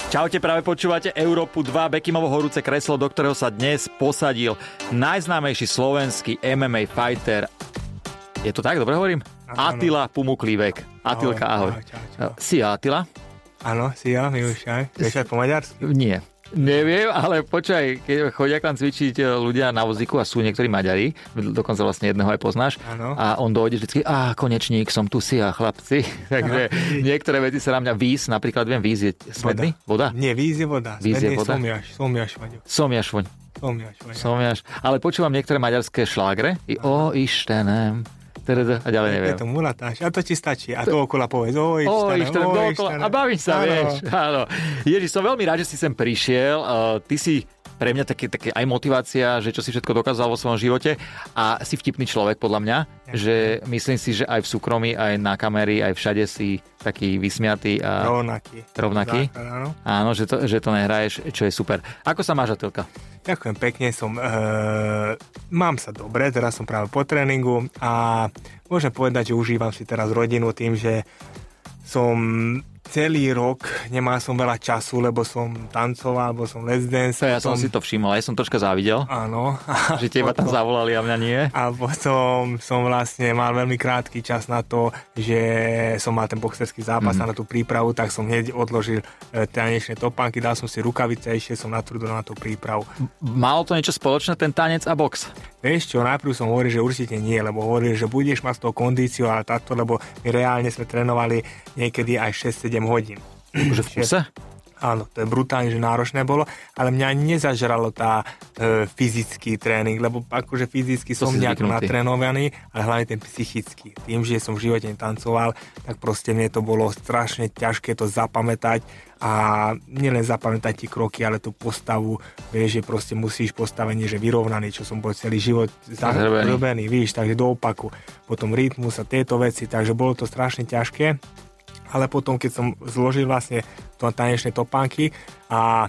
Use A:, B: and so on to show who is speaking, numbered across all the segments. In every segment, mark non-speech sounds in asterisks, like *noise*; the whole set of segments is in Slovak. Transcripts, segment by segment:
A: Čaute, práve počúvate Európu 2, Bekimovo horúce kreslo, do ktorého sa dnes posadil najznámejší slovenský MMA fighter. Je to tak, dobre hovorím?
B: Áno.
A: Atila Pumuklivek. Atilka, ahoj. Eh,
B: ahoj, čau, čau.
A: Si Atila?
B: Áno, si ja, Miluš, aj. Vieš aj po maďarsky?
A: Nie. Neviem, ale počkaj, keď chodia k nám cvičiť e, ľudia na vozíku a sú niektorí Maďari, dokonca vlastne jedného aj poznáš,
B: Áno.
A: a on dojde vždycky, a konečník, som tu si a chlapci. *laughs* Takže niektoré veci sa na mňa víz, napríklad viem, víz je smedný, voda.
B: Nie, víz je voda.
A: Víz je
B: Spätný
A: voda?
B: Somiaš, somiaš, Maďo.
A: Somiaš voň.
B: Somiaš, Maďo.
A: Somiaš. Ale počúvam niektoré maďarské šlágre. I o ištenem. Teda, a ďalej
B: Je
A: neviem.
B: to mulatáš. A to ti stačí. A dookola povedz. Oj,
A: O,
B: štane,
A: ištenem
B: oj,
A: dookola.
B: štane.
A: A bavíš sa,
B: Áno.
A: vieš. Áno. Ježiš, som veľmi rád, že si sem prišiel. Uh, ty si pre mňa také, také aj motivácia, že čo si všetko dokázal vo svojom živote a si vtipný človek podľa mňa, že myslím si, že aj v súkromí, aj na kamery, aj všade si taký vysmiatý
B: No.
A: a
B: Rovnaký.
A: rovnaký.
B: Základ, áno.
A: Áno, že to, že to nehraješ, čo je super. Ako sa máš, Atilka?
B: Ďakujem pekne, som, e, mám sa dobre, teraz som práve po tréningu a môžem povedať, že užívam si teraz rodinu tým, že som celý rok, nemal som veľa času, lebo som tancoval, lebo som let's dance.
A: Ja som
B: potom-
A: si to všimol, ja som troška závidel,
B: Áno.
A: že
B: *laughs*
A: teba tam zavolali a mňa nie.
B: A potom som vlastne mal veľmi krátky čas na to, že som mal ten boxerský zápas mm. a na tú prípravu, tak som hneď odložil e, tanečné topánky, dal som si rukavice a išiel som na trudu na tú prípravu.
A: Malo to niečo spoločné, ten tanec a box.
B: Vieš čo, najprv som hovoril, že určite nie, lebo hovoril, že budeš mať z toho kondíciu a takto, lebo my reálne sme trénovali niekedy aj 6-7 hodín.
A: Že Akože v kuse?
B: Áno, to je brutálne, že náročné bolo, ale mňa nezažralo tá e, fyzický tréning, lebo akože fyzicky
A: To
B: som
A: si
B: nejak
A: zvyknutý.
B: natrénovaný, ale hlavne ten psychický. Tým, že som v živote tancoval, tak proste mne to bolo strašne ťažké to zapamätať a nielen zapamätať tie kroky, ale tú postavu, vieš, že proste musíš postavenie, že vyrovnaný, čo som bol celý život
A: Zhrbený.
B: zahrobený robený, víš, takže do opaku. Potom rytmus a tieto veci, takže bolo to strašne ťažké. Ale potom, keď som zložil vlastne to tanečné topánky a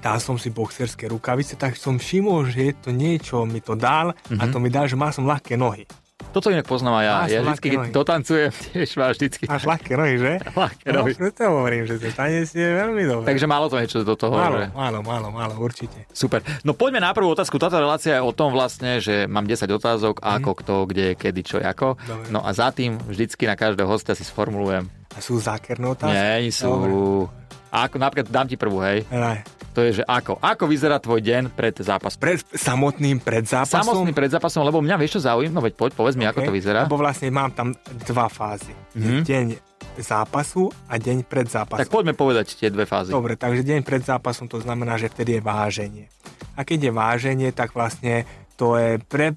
B: dal som si boxerské rukavice, tak som všimol, že to niečo mi to dal mm-hmm. a
A: Mhm.
B: to mi dal, že má som ľahké nohy.
A: Toto inak poznám aj ja. Ja
B: Máš to
A: vždycky,
B: ľahké
A: keď
B: nohy.
A: dotancujem, *laughs* tiež máš vždycky
B: Máš ľahké nohy, že?
A: *laughs* ľahké
B: No,
A: nohy.
B: preto hovorím, že ten tanec je veľmi dobrý.
A: Takže málo to niečo do toho.
B: málo,
A: Že...
B: málo, málo, málo, určite.
A: Super. No poďme na prvú otázku. Táto relácia je o tom vlastne, že mám 10 otázok, ako, kto, kde, kedy, čo, ako.
B: Mhm. Dobre.
A: No a za tým vždycky na každého hostia si sformulujem.
B: A sú zákerné otázky?
A: Nie, sú... Ako, napríklad dám ti prvú, hej.
B: Nie.
A: To je, že ako. Ako vyzerá tvoj deň pred zápasom?
B: Pred, samotným predzápasom?
A: Samotný pred zápasom, lebo mňa vieš čo zaujíma, no veď poď, povedz mi, okay. ako to vyzerá. Mhm.
B: Lebo vlastne mám tam dva fázy. Mm-hmm. Deň zápasu a deň pred zápasom.
A: Tak poďme povedať tie dve fázy.
B: Dobre, takže deň pred zápasom to znamená, že vtedy je váženie. A keď je váženie, tak vlastne to je pre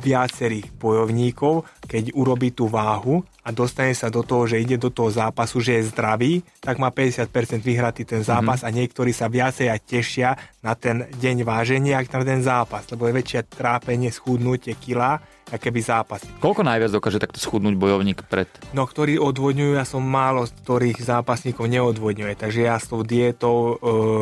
B: viacerých bojovníkov, keď urobí tú váhu a dostane sa do toho, že ide do toho zápasu, že je zdravý, tak má 50% vyhratý ten zápas mm-hmm. a niektorí sa viacej a tešia na ten deň váženia, ak na ten zápas, lebo je väčšie trápenie, schudnutie kila, aké by zápasy.
A: Koľko najviac dokáže takto schudnúť bojovník pred...
B: No, ktorí odvodňujú, ja som málo z ktorých zápasníkov neodvodňuje, takže ja s tou dietou e,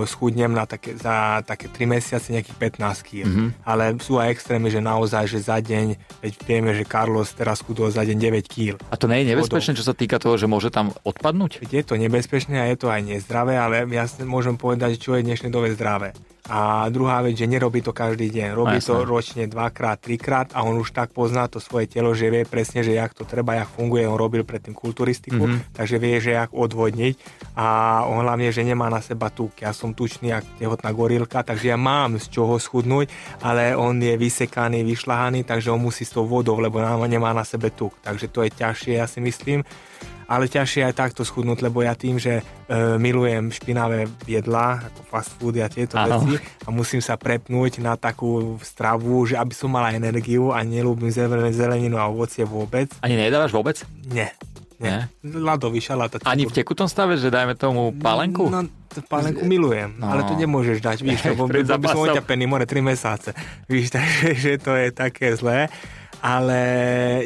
B: schudnem na také, za také 3 mesiace nejakých 15 kg.
A: Mhm.
B: Mm-hmm. Ale sú aj extrémy, že naozaj, že za deň, veď vieme, že Carlos teraz schudol za deň 9 kg.
A: A to nie je nebezpečné, čo sa týka toho, že môže tam odpadnúť?
B: Je to nebezpečné a je to aj nezdravé, ale ja s- môžem povedať, čo je v dnešnej dobe zdravé. A druhá vec, že nerobí to každý deň.
A: No,
B: Robí
A: jasné.
B: to ročne dvakrát, trikrát a on už tak pozná to svoje telo, že vie presne, že jak to treba, jak funguje. On robil predtým kulturistiku, mm-hmm. takže vie, že jak odvodniť. A on hlavne, že nemá na seba tuk. Ja som tučný, jak tehotná gorilka, takže ja mám z čoho schudnúť, ale on je vysekaný, vyšľahaný, takže on musí s tou vodou, lebo nám- nemá na sebe tuk. Takže to je ťažšie, ja si myslím ale ťažšie aj takto schudnúť, lebo ja tým, že e, milujem špinavé jedlá, ako fast food a tieto
A: Áno.
B: veci a musím sa prepnúť na takú stravu, že aby som mala energiu a nelúbim zelen- zeleninu a ovocie vôbec.
A: Ani nedávaš vôbec?
B: Nie. Nie. Ľadový šalát. a
A: Ani v
B: cukor.
A: tekutom stave, že dajme tomu palenku?
B: No, t- palenku milujem,
A: No.
B: no. ale to nemôžeš
A: *laughs*
B: dať, víš, lebo
A: Pred
B: by, by som
A: zápasom.
B: oťapený more 3 mesáce. Víš, *laughs* takže že to je také zlé, ale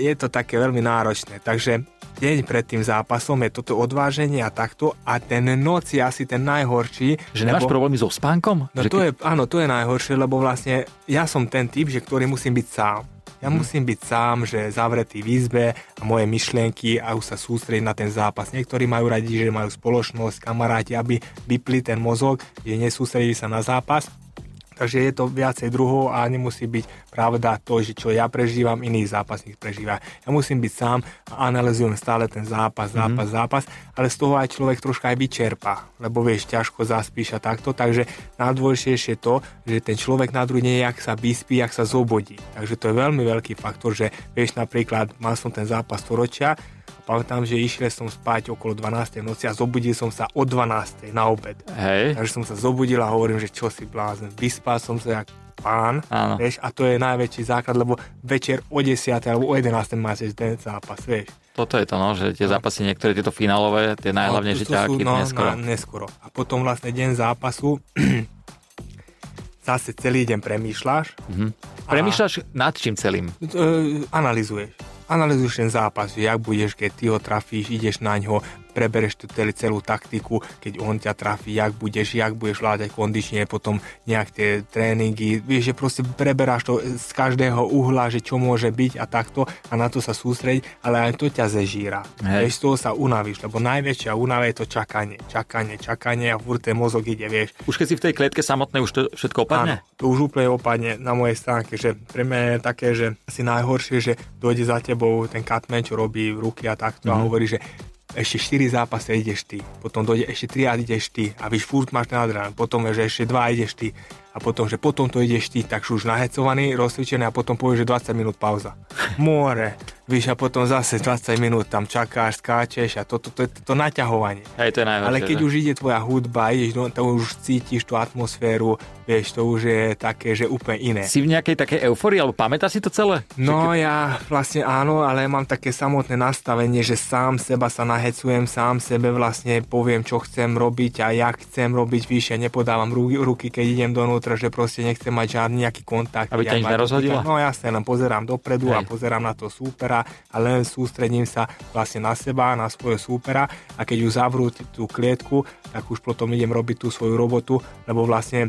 B: je to také veľmi náročné. Takže deň pred tým zápasom je toto odváženie a takto a ten noc je asi ten najhorší.
A: Že nemáš
B: lebo-
A: problémy so spánkom?
B: No
A: že
B: to je, áno, to je najhoršie, lebo vlastne ja som ten typ, že ktorý musím byť sám. Ja mm. musím byť sám, že zavretý v izbe a moje myšlienky a už sa sústrediť na ten zápas. Niektorí majú radi, že majú spoločnosť, kamaráti, aby vypli ten mozog, že nesústredili sa na zápas. Takže je to viacej druhov a nemusí byť pravda to, že čo ja prežívam, iný zápasník prežíva. Ja musím byť sám a analizujem stále ten zápas, zápas, mm-hmm. zápas, ale z toho aj človek troška aj vyčerpa, lebo vieš, ťažko zaspíš a takto, takže najdôležitejšie je to, že ten človek na druhý deň, jak sa vyspí, jak sa zobodí. Takže to je veľmi veľký faktor, že vieš napríklad, mal som ten zápas storočia, pamätám, že išiel som spať okolo 12. noci a zobudil som sa o 12. na obed.
A: Hej.
B: Takže som sa zobudil a hovorím, že čo si blázen. Vyspal som sa jak pán,
A: Áno.
B: vieš, a to je najväčší základ, lebo večer o 10. alebo o 11. máte ten zápas, vieš.
A: Toto je to, no, že tie zápasy, niektoré tieto finálové, tie najhlavne, že
B: No, to
A: ťa
B: sú, no,
A: chytne skoro.
B: Na, neskoro. A potom vlastne deň zápasu *clears throat* zase celý deň premýšľaš,
A: Premýšľaš nad čím celým?
B: e, analizuješ. Analizuješ ten zápas, že jak budeš, keď ty ho trafíš, ideš na ňo, prebereš tú celú, celú taktiku, keď on ťa trafí, jak budeš, jak budeš vládať kondične, potom nejak tie tréningy, vieš, že proste preberáš to z každého uhla, že čo môže byť a takto a na to sa sústreď, ale aj to ťa zežíra.
A: Hej.
B: Vieš, z toho sa unavíš, lebo najväčšia únava je to čakanie, čakanie, čakanie a furt ten mozog ide, vieš,
A: Už keď si v tej klietke samotnej už to všetko opadne?
B: Áno, to už úplne opadne na mojej stránke, že pre mňa je také, že asi najhoršie, že dojde za tebou ten katmen, čo robí v ruky a takto mm-hmm. a hovorí, že ešte 4 zápasy ideš ty, potom dojde ešte 3 a ideš ty a víš, furt máš ten adrenalín, potom je, že ešte 2 ideš ty a potom, že potom to ideš ty, tak už nahecovaný, rozcvičený a potom povieš, že 20 minút pauza. More, víš, a potom zase 20 minút tam čakáš, skáčeš a toto, to, to, to, to naťahovanie.
A: Hej, to je najhoršie.
B: Ale keď
A: že?
B: už ide tvoja hudba, ideš do, to už cítiš tú atmosféru, vieš, to už je také, že úplne iné.
A: Si v nejakej takej euforii, alebo pamätáš si to celé?
B: No ja vlastne áno, ale mám také samotné nastavenie, že sám seba sa nahecujem, sám sebe vlastne poviem, čo chcem robiť a jak chcem robiť, vyššie nepodávam ruky, ruky keď idem donútra, že proste nechcem mať žiadny nejaký kontakt.
A: Aby ťa
B: Ja
A: nič
B: ma to
A: nerozhodilo?
B: týka- No jasne, len pozerám dopredu a
A: Hej.
B: pozerám na to súpera a len sústredím sa vlastne na seba, na svojho súpera a keď už zavrú t- tú klietku, tak už potom idem robiť tú svoju robotu, lebo vlastne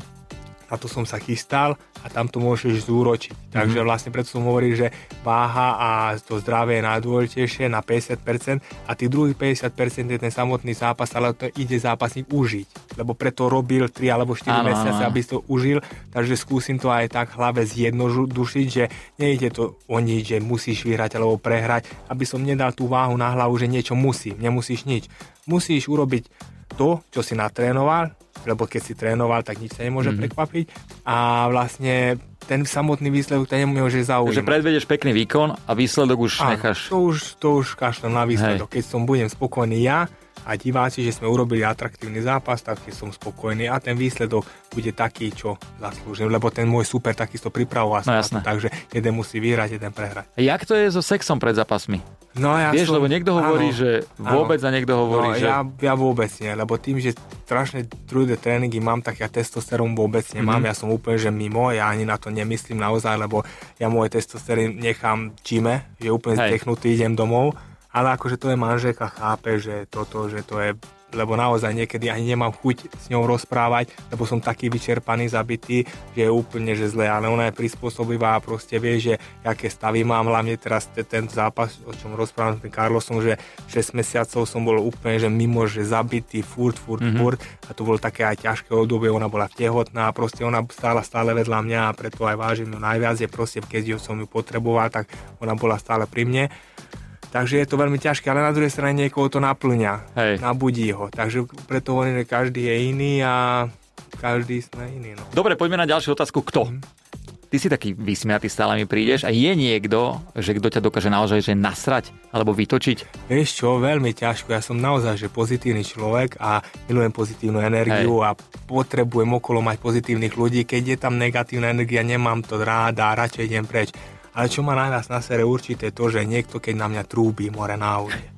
B: na to som sa chystal a tam to môžeš
A: Mhm.
B: zúročiť. Takže vlastne preto som hovoril, že váha a to zdravie je najdôležitejšie na 50% a tých druhých 50% je ten samotný zápas, ale to ide zápasník užiť. Lebo preto robil 3 alebo 4
A: Áno, áno,
B: mesiace,
A: áno.
B: aby si to užil, takže skúsim to aj tak v hlave zjednodušiť, že nejde to o nič, že musíš vyhrať alebo prehrať, aby som nedal tú váhu na hlavu, že niečo musím, nemusíš nič. Musíš urobiť to, čo si natrénoval, lebo keď si trénoval, tak nič sa nemôže mm-hmm. prekvapiť a vlastne ten samotný výsledok ten nemôže
A: Že
B: zaujímať.
A: predvedieš pekný výkon a výsledok už
B: Áno,
A: necháš.
B: To už, to už kašlem na výsledok. Keď som budem spokojný ja a diváci, že sme urobili atraktívny zápas, tak keď som spokojný a ten výsledok bude taký, čo zaslúžim, lebo ten môj super takisto pripravoval.
A: No
B: sa na
A: jasné.
B: to, Takže jeden musí vyhrať, jeden prehrať.
A: Jak to je so sexom pred zápasmi?
B: No ja
A: Vieš,
B: som,
A: lebo niekto hovorí,
B: áno,
A: že vôbec a niekto hovorí,
B: no,
A: že...
B: ja, ja vôbec nie, lebo tým, že strašne trudé tréningy mám, tak ja testosterón vôbec nemám,
A: Mhm.
B: mm-hmm. ja som úplne, že mimo, ja ani na to nemyslím naozaj, lebo ja môj testosterón nechám v čime, že úplne
A: Hej.
B: zdechnutý idem domov, ale akože to je manželka, chápe, že toto, že to je lebo naozaj niekedy ani nemám chuť s ňou rozprávať, lebo som taký vyčerpaný, zabitý, že je úplne že zle, ale ona je prispôsobivá a proste vie, že aké stavy mám, hlavne teraz te- ten zápas, o čom rozprávam s tým Karlosom, že 6 mesiacov som bol úplne, že mimo, že zabitý, furt, furt, mm-hmm. furt a to bolo také aj ťažké obdobie, ona bola tehotná a proste ona stála stále vedľa mňa a preto aj vážim ju najviac, je proste keď ju som ju potreboval, tak ona bola stále pri mne. Takže je to veľmi ťažké, ale na druhej strane niekoho to naplňa,
A: Hej.
B: nabudí ho. Takže preto hovorím, že každý je iný a každý sme iný. No.
A: Dobre, poďme na ďalšiu otázku. Kto?
B: Mhm.
A: Ty si taký vysmiatý, stále mi prídeš a je niekto, že kto ťa dokáže naozaj že nasrať alebo vytočiť.
B: Vieš čo, veľmi ťažko, ja som naozaj že pozitívny človek a milujem pozitívnu energiu Hej. a potrebujem okolo mať pozitívnych ľudí, keď je tam negatívna energia, nemám to ráda a radšej idem preč. Ale čo ma najviac nasere určite je to, že niekto keď na mňa trúbi more na aute.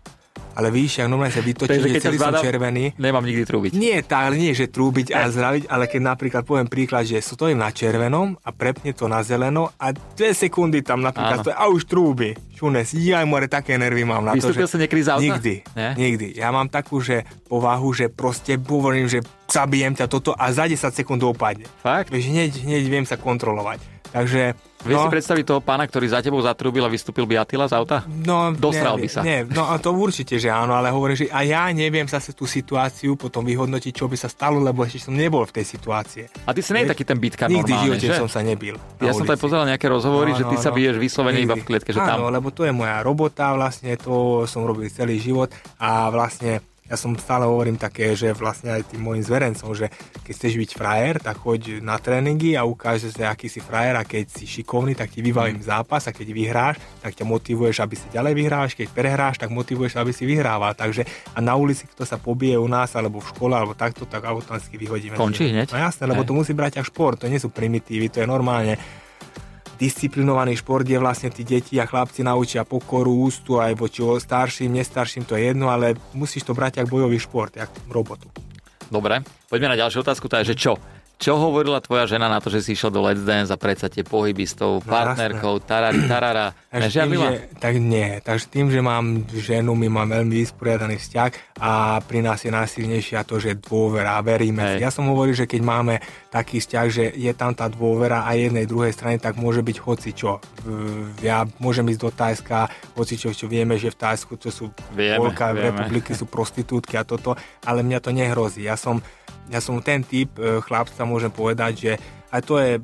B: Ale víš, ak normálne sa vytočí,
A: Takže keď
B: že
A: ťa
B: celý som
A: zbadám-
B: červený.
A: Nemám nikdy trúbiť.
B: Nie, tá, ale nie, že trúbiť a zdraviť, ale keď napríklad poviem príklad, že stojím na červenom a prepne to na zeleno a dve sekundy tam
A: Áno.
B: napríklad stojí a už trúbi. Šunes, jaj more, také nervy mám na to,
A: Vystúpil
B: že...
A: si niekedy z auta?
B: Nikdy,
A: Nie?
B: nikdy. Ja mám takú, že povahu, že proste hovorím, že zabijem ťa toto a za 10 sekúnd opadne.
A: Fakt?
B: Vieš, hneď, hneď viem sa kontrolovať. Takže...
A: Vieš no, si predstaviť toho pána, ktorý za tebou zatrúbil a vystúpil by Atila z auta?
B: No,
A: Dostral by sa.
B: neviem, Nie, no a to určite, že áno, ale hovorím, že a ja neviem zase tú situáciu potom vyhodnotiť, čo by sa stalo, lebo ešte som nebol v tej situácie.
A: A ty si nie je taký ten bitka
B: Nikdy v
A: normálne,
B: živote
A: že?
B: som sa nebil. na
A: Ja som tam
B: ulici.
A: pozeral nejaké rozhovory,
B: No,
A: že ty
B: no,
A: sa
B: no.
A: biješ vyslovene iba v
B: Nikdy.
A: klietke, že
B: Áno,
A: tam.
B: lebo to je moja robota, vlastne to som robil celý život a vlastne ja som stále hovorím také, že vlastne aj tým mojim zverencom, že keď chceš byť frajer, tak choď na tréningy a ukáže sa, aký si frajer a keď si šikovný, tak ti vybavím
A: Mm.
B: zápas a keď vyhráš, tak ťa motivuješ, aby si ďalej vyhráš, keď prehráš, tak motivuješ, aby si vyhrával. Takže a na ulici, kto sa pobije u nás, alebo v škole, alebo takto, tak automaticky vyhodíme.
A: Končí hneď?
B: No jasné, lebo
A: Hej.
B: to musí brať až šport, to nie sú primitívy, to je normálne disciplinovaný šport, kde vlastne tí deti a chlapci naučia pokoru, ústu aj voči o- starším, nestarším, to je jedno, ale musíš to brať ako bojový šport, ako robotu.
A: Dobre, poďme na ďalšiu otázku, tá je, že čo? Čo hovorila tvoja žena na to, že si išiel do Let's Dance a predsa tie pohyby s tou partnerkou, tarari, tarara,
B: No, tým, že,
A: nežiavila?
B: tak nie, takže tým, že mám ženu, my mám veľmi vysporiadaný vzťah a pri nás je najsilnejšia to, že dôvera, veríme.
A: Hej.
B: si. Ja som hovoril, že keď máme taký vzťah, že je tam tá dôvera a jednej, druhej strany, tak môže byť hocičo. V- Ja môžem ísť do Tajska, hocičo, čo vieme, že v Tajsku to sú
A: Vieme,
B: Polka,
A: vieme.
B: republiky sú prostitútky a toto, ale mňa to nehrozí. Ja som, ja som ten typ e, chlapca, môžem povedať, že aj to je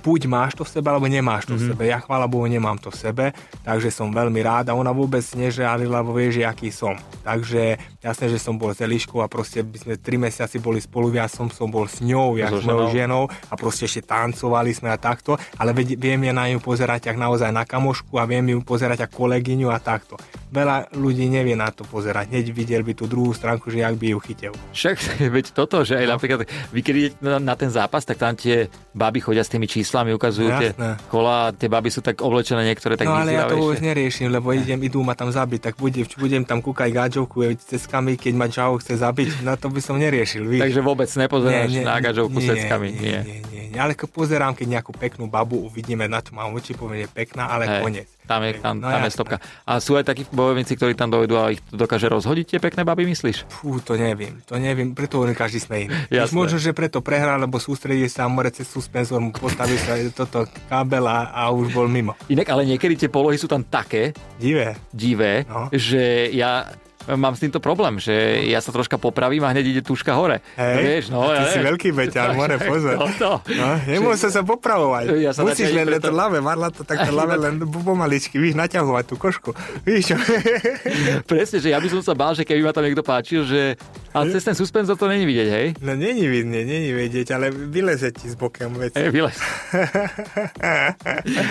B: buď máš to v sebe, alebo nemáš to mm-hmm. v sebe. Ja chvála Bohu nemám to v sebe, takže som veľmi rád a ona vôbec nežiarila, lebo vie, že aký som. Takže jasné, že som bol s Eliškou a proste by sme tri mesiaci boli spolu, ja som, som bol s ňou, ja
A: So
B: s mojou
A: ženou.
B: ženou a proste ešte tancovali sme a takto, ale ved- viem ja na ňu pozerať ak naozaj na kamošku a viem ju pozerať ako kolegyňu a takto. Veľa ľudí nevie na to pozerať, hneď videl by tú druhú stránku, že jak by ju chytil.
A: Však, *laughs* veď toto, že aj
B: No.
A: napríklad, vy keď idete na, na ten zápas, tak tam tie baby chodia s tými číslami, ukazujú
B: No,
A: tie
B: jasné.
A: kola, tie baby sú tak oblečené niektoré tak
B: no ale ja to už
A: vyzývavejšie.
B: neriešim, lebo idem, idú ma tam zabiť, tak budem, budem tam kúkať gáčovku e, ceskami, keď ma čau chce zabiť, na to by som neriešil, víš.
A: Takže vôbec nepozeráš
B: Nie, nie,
A: na gažovku
B: nie,
A: seckami.
B: nie,
A: Nie.
B: nie, nie, nie. Ale keď pozerám, keď nejakú peknú babu uvidíme, na to mám oči, poviem, je pekná, ale
A: Hej,
B: koniec.
A: Tam je, tam,
B: No
A: tam je
B: jasné.
A: stopka. A sú aj takí bojovníci, ktorí tam dojdú a ich dokáže rozhodiť tie pekné baby, myslíš?
B: Fú, to neviem, to neviem, preto hovorím, každý sme iný. Víš,
A: Jasné.
B: možno, že preto prehral, lebo sústredil sa, more cez suspenzor mu postaví sa toto kábel a, a už bol mimo.
A: Inak, ale niekedy tie polohy sú tam také
B: Divé.
A: divé,
B: No.
A: že ja mám s týmto problém, že ja sa troška popravím a hneď ide tuška hore.
B: Hej,
A: vieš, no,
B: ty
A: ja
B: si
A: neviem.
B: veľký beťar, more, pozor.
A: No, to.
B: No, nemôže sa sa popravovať.
A: Ja
B: Ja
A: sa
B: sa Musíš
A: naťažiť
B: len
A: preto-
B: preto... lave, varla to
A: *laughs*
B: takto lave, len pomaličky, víš, naťahovať tú košku. Víš čo?
A: *laughs*
B: *laughs*
A: Presne, že ja by som sa bál, že keby ma tam niekto páčil, že... A cez ten suspenzor to není vidieť, hej?
B: No není vidne, není vedieť, ale vyleze ti s bokem vec.
A: Hej,
B: *laughs*
A: vylez.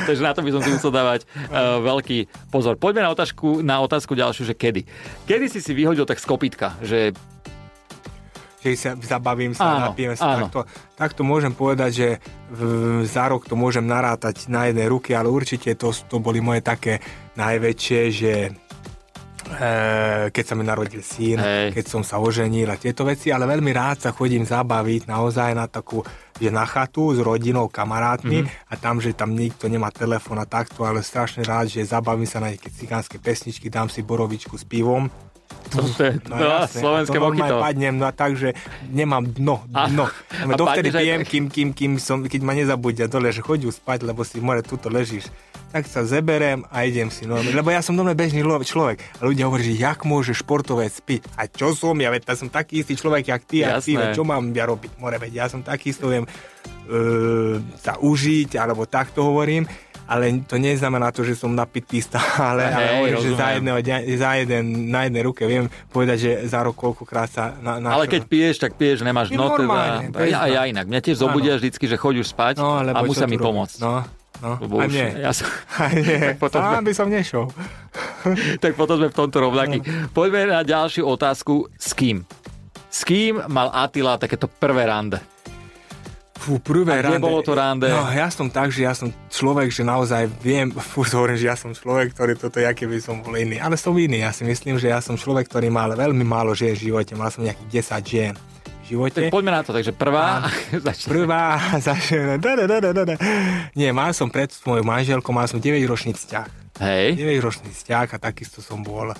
A: Takže na to by som si musel dávať uh, veľký pozor. Poďme na otázku, na otázku ďalšiu, že kedy. Kedy si si vyhodil tak z kopítka, že
B: Že sa zabavím sa,
A: Áno,
B: napijem
A: áno.
B: sa. Takto, takto môžem povedať, že v, za rok to môžem narátať na jednej ruke, ale určite to, to boli moje také najväčšie, že Eh, keď sa mi narodil syn,
A: Hej.
B: keď som sa oženil a tieto veci, ale veľmi rád sa chodím zabaviť naozaj na takú, že na chatu s rodinou,
A: Mhm.
B: kamarátmi mm-hmm. a tam, že tam nikto nemá telefón a takto, ale strašne rád, že zabavím sa na nejaké cigánske pesničky, dám si borovičku s pivom.
A: to, to, je- to, no,
B: jasné,
A: slovenské
B: to normálne
A: mokito.
B: padnem, no a takže nemám dno,
A: A-
B: dno.
A: a
B: A,
A: padneš
B: dovtedy
A: aj
B: pijem,
A: tak?
B: kým, kým, kým som, keď ma nezabudia dole, že chodí spať, lebo si more, tuto ležíš. Tak sa zeberem a idem si. No, lebo ja som normálne bežný lo- človek. A ľudia hovorí, že jak môže športovec spiť. A čo som? Ja veď, ja som taký istý človek, jak ty, a ty,
A: Jasné.
B: veď, čo mám ja robiť? More, veď, ja som taký istý, viem e, sa užiť, alebo takto hovorím. Ale to neznamená to, že som napitý stále, ale
A: Hej,
B: hovorím, že za
A: rozumiem.
B: jedného dňa, za jeden, na jednej ruke viem povedať, že za rok koľkokrát sa na, na
A: Ale keď piješ, tak piješ, nemáš
B: Je
A: no teda.
B: normálne,
A: Ja,
B: bežná.
A: ja inak. Mňa tiež zobudia vždycky, že chodíš spať
B: No,
A: a
B: lebo čo
A: musia
B: tu
A: mi
B: robiť?
A: pomôcť.
B: No, no.
A: Lebo
B: Aj
A: už, *laughs*
B: mne.
A: ja som,
B: Aj
A: *laughs*
B: mne.
A: potom-
B: Sám by som nešiel.
A: tak potom sme v tomto rovnakí. Poďme na ďalšiu otázku. S kým? S kým mal Atila takéto prvé rande?
B: Fú,
A: A
B: prvé
A: kde bolo to rande?
B: No, ja som tak, že ja som človek, že naozaj viem, *laughs* fú, hovorím, že ja som človek, ktorý toto, ja keby som bol iný. Ale som iný, ja si myslím, že ja som človek, ktorý mal veľmi málo žien v živote. Mal som nejakých 10 žien v živote.
A: Tak poďme na to. Takže prvá. *laughs* Začne.
B: Prvá *laughs* začne. Da, da, da, da, da, da. Nie, mal som pred svojou manželkou, mal som 9-ročný vzťah.
A: Hej.
B: 9-ročný vzťah a takisto som bol e,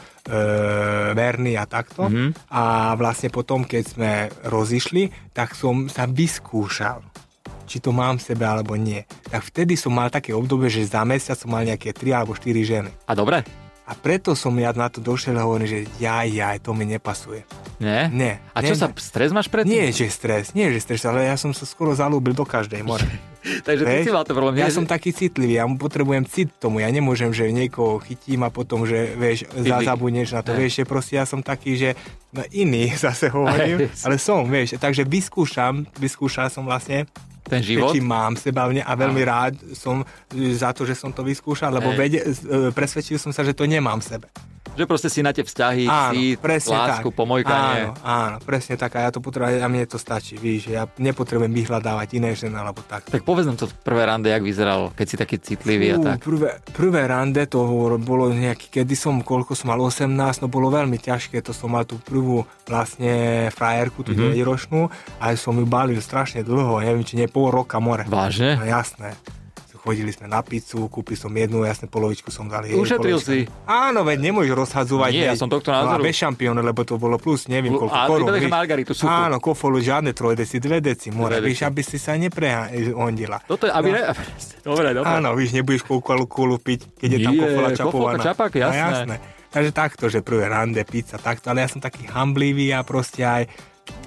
B: verný a takto.
A: Mhm.
B: Mm-hmm. A vlastne potom, keď sme rozišli, tak som sa vyskúšal. či to mám v sebe alebo nie. Tak vtedy som mal také obdobie, že za mesiac som mal nejaké 3 alebo 4 ženy.
A: A dobre?
B: A preto som ja na to došiel a hovorím, že ja, ja, to mi nepasuje.
A: Nie?
B: Nie,
A: A čo
B: nie,
A: sa,
B: nie.
A: stres máš predtým?
B: Nie, že stres, nie, že stres, ale ja som sa skoro zalúbil do každej more.
A: Takže ty
B: Vieš?
A: si mal ten problém.
B: Ja
A: nie,
B: som
A: že-
B: taký citlivý, ja potrebujem cit tomu, ja nemôžem, že niekoho chytím a potom, že vieš, za,
A: Fyzik.
B: zabudneš na to,
A: Hej.
B: vieš, že proste ja som taký, že no iný *laughs* zase hovorím,
A: Hej.
B: ale som, vieš, takže vyskúšam, vyskúšal som vlastne,
A: ten
B: že
A: život.
B: či mám seba v ne a veľmi rád som e, za to, že som to vyskúšal, lebo
A: Hej.
B: vede, e, presvedčil som sa, že to nemám v sebe.
A: Že proste si na tie vzťahy, cít,
B: presne
A: lásku,
B: tak. Áno,
A: pomojkanie.
B: áno, presne tak a ja to potrebujem, a mne to stačí, víš, že ja nepotrebujem vyhľadávať iné ženy alebo tak.
A: Tak povedz nám to prvé rande, jak vyzeralo, keď si taký citlivý a
B: Fú,
A: tak.
B: Prvé, prvé rande to hovor- bolo nejaký, kedy som, koľko som mal, 18, no bolo veľmi ťažké, to som mal tú prvú vlastne
A: Mhm.
B: frajerku, tú mm-hmm. ročnú, ale som ju balil strašne dlho, neviem, či nie pol roka more. No
A: Vážne?
B: jasné. Chodili sme na pizzu, kúpil som jednu, jasne polovičku som dal jej.
A: Ušetril
B: polovička-
A: si.
B: Áno, veď nemôžeš rozhadzovať.
A: Nie, ja
B: veď-
A: som tohto
B: No,
A: názoru.
B: a bez šampióna, lebo to bolo plus, neviem
A: Lu-
B: koľko
A: a
B: korún.
A: vybereš
B: vieš.
A: margaritu, suchú.
B: Áno, kofolu, žiadne trojdeci, dve deci, more,
A: Dve deci.
B: vieš, aby si sa eh, neprehondila.
A: Toto je, aby
B: No.
A: ne... Dobre, dobre.
B: Áno, víš, nebudeš kolu kolu piť, keď je tam
A: Nie,
B: kofola
A: kofola
B: čapovaná.
A: čapak, jasné.
B: No, jasné. Takže takto, že prvé rande, pizza, takto, ale ja som taký hamblivý a proste aj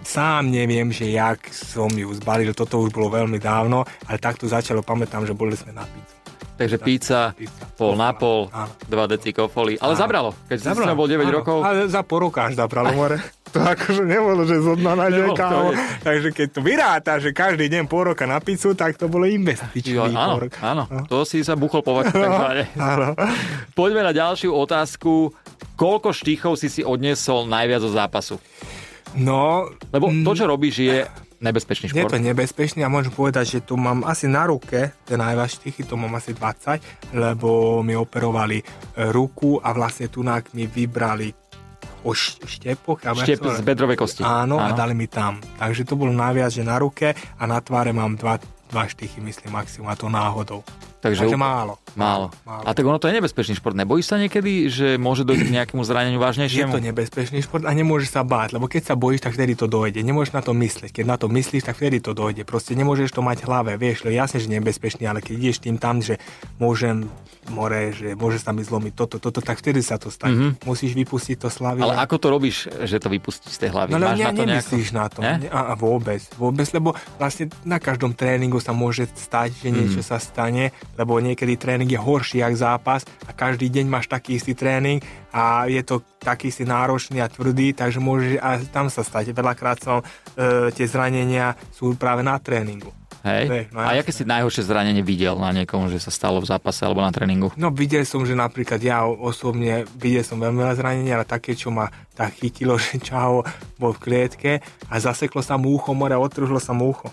B: sám neviem, že jak som ju zbalil, toto už bolo veľmi dávno, ale takto začalo, pamätám, že boli sme na pizzu.
A: Takže pizza,
B: Pizza.
A: pol na pol,
B: Áno.
A: dva deci kofoly. Ale
B: Áno.
A: zabralo. Keď si s ňou bol 9
B: áno.
A: rokov,
B: Ale za po roka až
A: *laughs*
B: zabralo more. To akože nebolo, že zo dna na deň,
A: Nebolo,
B: kámo.
A: to je.
B: Takže keď to vyráta, že každý deň po roka na pizzu, tak to bolo
A: ty,
B: investičný
A: áno,
B: pol roka.
A: áno, to si sa buchol po
B: No.
A: vaku, takzvané.
B: Áno.
A: Poďme na ďalšiu otázku. Koľko štíchov si si odnesol najviac zo zápasu?
B: No,
A: Lebo to, čo robíš, je nebezpečný šport.
B: je to nebezpečné a môžem povedať, že to mám asi na ruke, tie najvažšie štychy, to mám asi 20, lebo mi operovali e, ruku a vlastne tunák mi vybrali o š- štepoch. alebo
A: Štep
B: jak
A: z
B: sa-
A: bedrovej kosti.
B: Áno, a
A: Áno.
B: dali mi tam. Takže to bolo najviac, že na ruke a na tváre mám dva, dva štychy, myslím, maximum a to náhodou.
A: Takže
B: Takže
A: úplne-
B: málo.
A: Málo.
B: Málo.
A: A tak ono to je nebezpečný šport. Nebojíš sa niekedy, že môže dojsť k nejakému zraneniu
B: Je
A: vážnejšiemu?
B: to nebezpečný šport a nemôžeš sa báť, lebo keď sa bojíš, tak vtedy to dojde. Nemôžeš na to myslieť. Keď na to myslíš, tak vtedy to dojde. Proste nemôžeš to mať v hlave. Vieš, lebo jasne, že nebezpečný, ale keď ideš tým tam, že môžem more, že môže sa mi zlomiť toto, toto, tak vtedy sa to stane. Mm-hmm. Musíš vypustiť to slavy.
A: Ale ako to robíš, že to vypustíš z tej hlavy?
B: Mhm. No ale
A: Máš
B: ne,
A: na to nejako...
B: nemyslíš na to.
A: Ne?
B: Ne? A, a vôbec, vôbec, lebo vlastne na každom tréningu sa môže stať,
A: Hmm.
B: že niečo sa stane, lebo niekedy tréning je horší ako zápas a každý deň máš taký istý tréning a je to taký si náročný a tvrdý, takže môže a tam sa stať. Veľakrát som, e, tie zranenia sú práve na tréningu.
A: Hej?
B: Hej, no
A: a
B: jasné.
A: aké si najhoršie zranenie videl na niekom, že sa stalo v zápase alebo na tréningu?
B: No videl som, že napríklad ja osobne, videl som veľmi veľa zranenia, ale také, čo ma tak chytilo, *laughs* že čau, bol v klietke a zaseklo sa mu ucho, more, otrhlo sa mu ucho.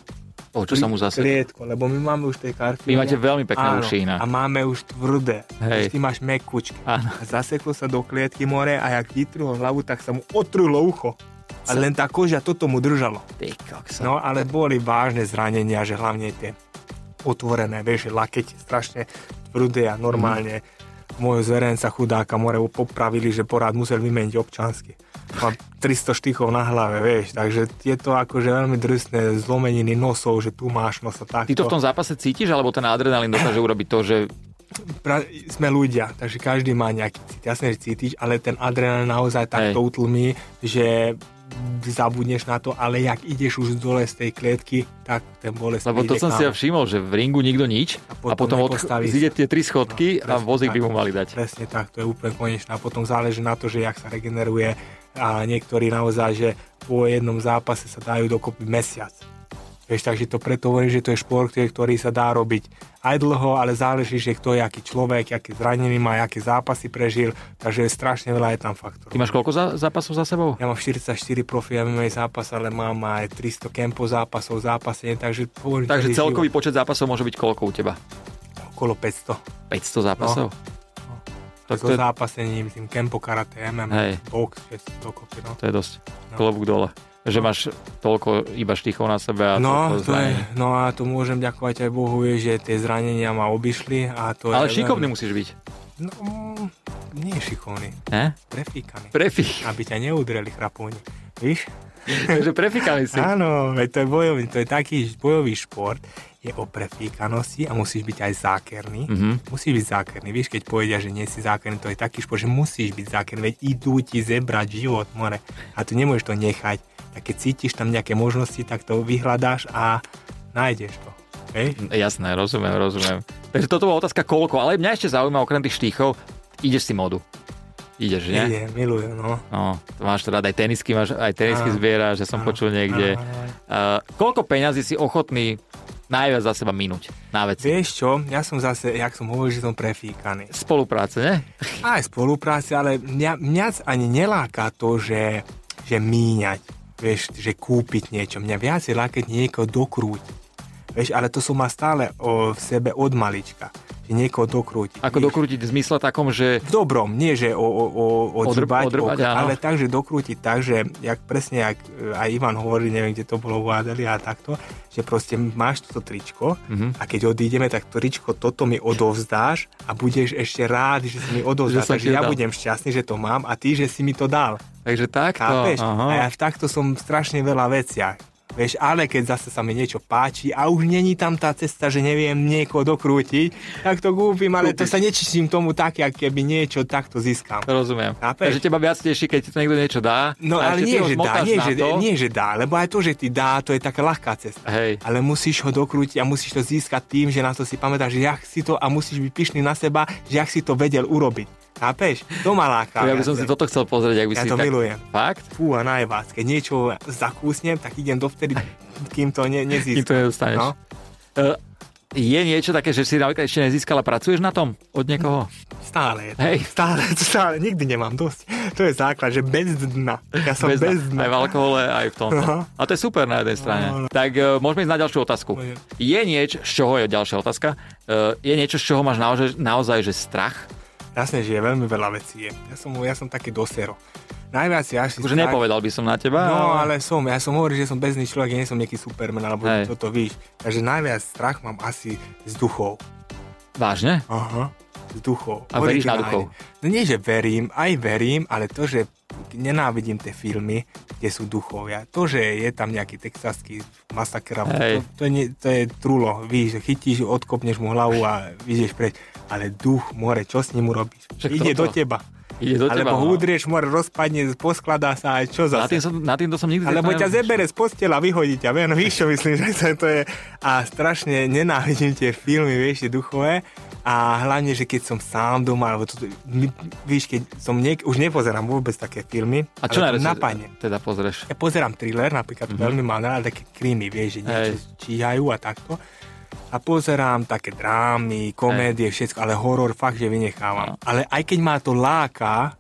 A: O, čo sa mu zase...
B: Klietko, lebo my máme už tej karty.
A: Vy máte veľmi pekné uši inak.
B: A máme už tvrdé.
A: Hej.
B: Už ty máš mekučky.
A: Áno.
B: A zaseklo sa do klietky more a jak vytruhol hlavu, tak sa mu otruhlo ucho. A len tá koža toto mu držalo.
A: Ty kokso.
B: No ale boli vážne zranenia, že hlavne tie otvorené, vieš, že lakeť je strašne tvrdé a normálne
A: Mhm.
B: môjho zverenca chudáka more popravili, že porad musel vymeniť občansky. Mám 300 štychov na hlave, vieš, takže je to akože veľmi drsné zlomeniny nosov, že tu máš nosa takto.
A: Ty to v tom zápase cítiš, alebo ten adrenalín dokáže urobiť to, že...
B: pra, sme ľudia, takže každý má nejaký cít. Jasné, že cítiš, ale ten adrenalín naozaj takto
A: Hej.
B: utlmí, že zabudneš na to, ale jak ideš už dole z tej klietky, tak ten bolest
A: Lebo to
B: príde
A: som
B: k
A: si ja
B: nám.
A: všimol, že v ringu nikto nič a
B: potom
A: potom, od...
B: nepostavíš
A: zide
B: sa.
A: tie tri schodky a
B: No, presne
A: vozík
B: tak.
A: by mu mali dať.
B: Presne tak, to je úplne konečné. A potom záleží na to, že jak sa regeneruje a niektorí naozaj, že po jednom zápase sa dajú dokopy mesiac. Vieš, takže to preto hovorím, že to je šport, ktorý, ktorý sa dá robiť aj dlho, ale záleží, že kto je aký človek, aké zraniny má, aké zápasy prežil, takže je strašne veľa je tam
A: Ty
B: faktorov.
A: máš koľko za, zápasov za sebou?
B: Ja mám 44 profi MMA zápas, ale mám aj 300 kempo zápasov, zápasenie, takže hovorím,
A: Takže
B: celý
A: celkový počet zápasov môže byť koľko u teba?
B: život okolo 500.
A: 500 zápasov?
B: No.
A: Tak
B: Tak so
A: to je,
B: zápasením, tým kempo, karate,
A: Hej.
B: MMA, box, všetko dokopy, no.
A: to je dosť. Klobúk dole. Že máš toľko iba štychov na sebe a toľko
B: No, to je,
A: zranení.
B: no a to môžem ďakovať aj Bohu, je, že tie zranenia ma obišli a to
A: Ale
B: je...
A: šikovný
B: veľmi-
A: musíš byť.
B: No, mm, nie šikovný,
A: Ne?
B: prefíkaný.
A: Prefík. *laughs*
B: Aby ťa neudreli chrapúni. Víš?
A: Takže prefíkali si.
B: Áno, veď to je bojový, to je taký bojový šport, je o prefíkanosti a musíš byť aj zákerný.
A: Mhm.
B: Mm-hmm. Musíš byť zákerný, vieš, keď povedia, že nie si zákerný, to je taký šport, že musíš byť zákerný, veď idú ti zebrať život, more. A tu nemôžeš to nechať. A keď cítiš tam nejaké možnosti, tak to vyhľadáš a nájdeš to. Hej?
A: Jasné, rozumiem, rozumiem. Takže toto bola otázka koľko, ale mňa ešte zaujíma okrem tých štíchov, ideš si modu. Ideš,
B: Nie?
A: že?
B: Ide, milujem, no.
A: No, to máš to rád, aj tenisky, máš, aj tenisky
B: Áno.
A: zbieraš, že som
B: Áno,
A: počul niekde.
B: áno, áno.
A: Uh, koľko peňazí si ochotný najviac za seba minúť na veci?
B: Vieš čo, ja som zase, jak som hovoril, že som prefíkaný.
A: Spolupráce, ne?
B: Aj spolupráce, ale mňa, mňa ani neláka to, že, že míňať, vieš, že kúpiť niečo. Mňa viacej láka, keď niekoho dokrútiť. Vieš, ale to som má stále o, v sebe od malička, že niekoho dokrútiť.
A: Ako
B: Nič.
A: dokrútiť v zmysle takom, že
B: v dobrom, nie že o, o, o, odrbať,
A: odrbať,
B: ok-
A: áno.
B: ale tak, že dokrútiť tak, že jak presne jak e, aj Ivan hovorí, neviem, kde to bolo uvádali a takto, že proste máš toto tričko
A: Mhm.
B: a keď odídeme, tak tričko toto mi odovzdáš a budeš ešte rád, že si mi
A: Že
B: odovzdal.
A: som
B: Takže
A: ti
B: ja
A: dal.
B: budem šťastný, že to mám a ty, že si mi to dal.
A: takže takto.
B: Chápeš? A ja
A: No, Aha.
B: v takto som v strašne veľa veciach. Vieš, ale keď zase sa mi niečo páči a už není tam tá cesta, že neviem niekoho dokrútiť, tak to kúpim, ale to sa nečistím tomu tak, jak keby niečo takto získam.
A: Rozumiem.
B: Chápeš?
A: Takže teba viac teší, keď ti to niekto niečo dá. No,
B: No
A: a ešte
B: ale
A: ty
B: nie
A: ho
B: že, dá,
A: zmotáš
B: nie,
A: na
B: že,
A: to.
B: nie, že dá, lebo aj to, že ty dá, to je taká ľahká cesta.
A: Hej.
B: Ale musíš ho dokrútiť a musíš to získať tým, že na to si pamätáš, že jak si to a musíš byť pyšný na seba, že jak si to vedel urobiť. Chápeš? To ma láka.
A: Ja by som si
B: viacej.
A: toto chcel pozrieť, ak by
B: Ja
A: si
B: to
A: tak...
B: milujem.
A: Fakt?
B: fú a najvác. Keď niečo zakúsnem, tak idem dovtedy, kým to ne, nezískam.
A: Kým to nedostaneš.
B: No,
A: Eh, je niečo také, že si napríklad ešte nezískala, pracuješ na tom od niekoho?
B: stále je to.
A: Hej.
B: Stále, stále, nikdy nemám dosť. To je základ, že bez dna. Ja som bez, bez dna. No.
A: Aj v alkohole, aj v tomto.
B: Aha.
A: A to je super na jednej strane.
B: Áno.
A: Tak uh, môžeme ísť na ďalšiu otázku.
B: Môžem.
A: Je niečo, z čoho je ďalšia otázka, uh, je niečo, z čoho máš naozaj, naozaj že strach?
B: Jasne, že je veľmi veľa vecí. Je. Ja som, ja som taký dosero. Najviac ja si...
A: Už
B: strach-
A: nepovedal by som na teba.
B: No, ale som. Ja som hovoril, že som bezný človek, ja nie som nejaký superman, alebo
A: Hej.
B: toto víš. Takže najviac strach mám asi z duchov.
A: Vážne?
B: Aha. Z duchov.
A: A veríš na
B: Originálne.
A: duchov?
B: No nie, že verím, aj verím, ale to, že nenávidím tie filmy, kde sú duchovia. To, že je tam nejaký texaský masaker,
A: Hej.
B: to, to, je, nie- to je trulo. Víš, chytíš, odkopneš mu hlavu a vyjdeš preč. Ale duch, more, čo s ním urobíš?
A: Však
B: Ide
A: toto.
B: do teba.
A: Ide do
B: Alebo
A: teba. no.
B: ho udrieš, more, rozpadne, poskladá sa a čo
A: Na
B: zase?
A: tým, som, na tým to som nikdy...
B: Alebo
A: takto
B: ťa
A: ne-
B: zebere z postela, vyhodí ťa ven, víš čo myslím, *laughs* že to- to je... A strašne nenávidím tie filmy, vieš, tie duchové. A hlavne, že keď som sám doma, alebo to, my- víš, keď som niek- už nepozerám vôbec také filmy,
A: A čo najviac
B: ale to napadne.
A: teda pozrieš?
B: Ja pozerám thriller, napríklad mm-hmm. veľmi mám rád také krímy, vieš, že niečo
A: Mhm. Hej.
B: číhajú a takto. A pozerám také drámy, komédie, všetko, ale horor fakt, že vynechávam.
A: No.
B: Ale aj keď ma to láka,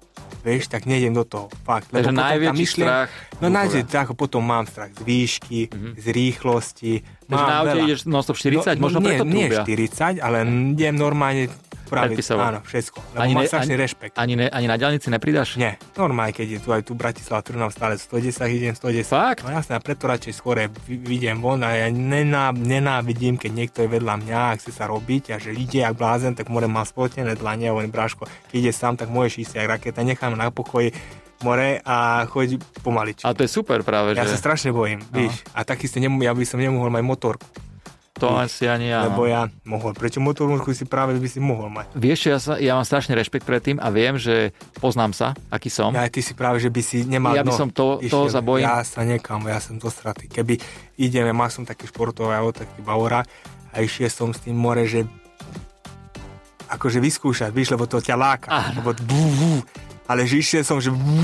B: vieš, tak nejdem do toho. Fakt.
A: Takže
B: potom tá
A: najväčší
B: myšlien-
A: strach
B: No
A: duchovia. Mhm.
B: najväčší strach, potom mám strach z výšky, mm-hmm. z rýchlosti.
A: Takže
B: mám
A: na aute
B: veľa. No,
A: ideš non-stop 40, možno
B: nie,
A: preto
B: nie
A: trúbia.
B: 40, ale idem normálne praviť,
A: Predpisovať.
B: áno, všetko. Lebo mám strašný rešpekt.
A: Ani, ne, ani na diálnici nepridáš?
B: Nie, normálne, keď je tu aj tu Bratislava, Trnava stále 110, idem 110.
A: Fakt?
B: No jasné, a preto radšej skôr vidiem von a ja nená, nenávidím, keď niekto je vedľa mňa a chce sa robiť a že ide jak blázen, tak more má splotené dlane a hovorím, bráško, keď ide sám, tak môžeš ísť jak raketa, nechám na pokoji more a choď pomaličky.
A: A to je super práve,
B: Ja
A: že
B: sa strašne bojím, víš. A takisto nemu, ja by som nemohol mať motorku,
A: to asi ani ja. no.
B: lebo ja mohol. Prečo motorku si práve by si mohol mať?
A: Vieš, čo, ja, sa, ja mám strašný rešpekt pred tým a viem, že poznám sa, aký som.
B: Ja, No ty si práve, že by si nemal
A: Ja by
B: dno.
A: som to-
B: Išiel
A: toho
B: by.
A: sa bojím.
B: Ja sa nekam, ja som do straty. Keby ideme, mal som také športové auto, taký Bavorák a išiel som s tým more, že akože vyskúšať, víš, lebo to ťa láka.
A: Áno.
B: Lebo bú, bú, ale že išiel som, že bú,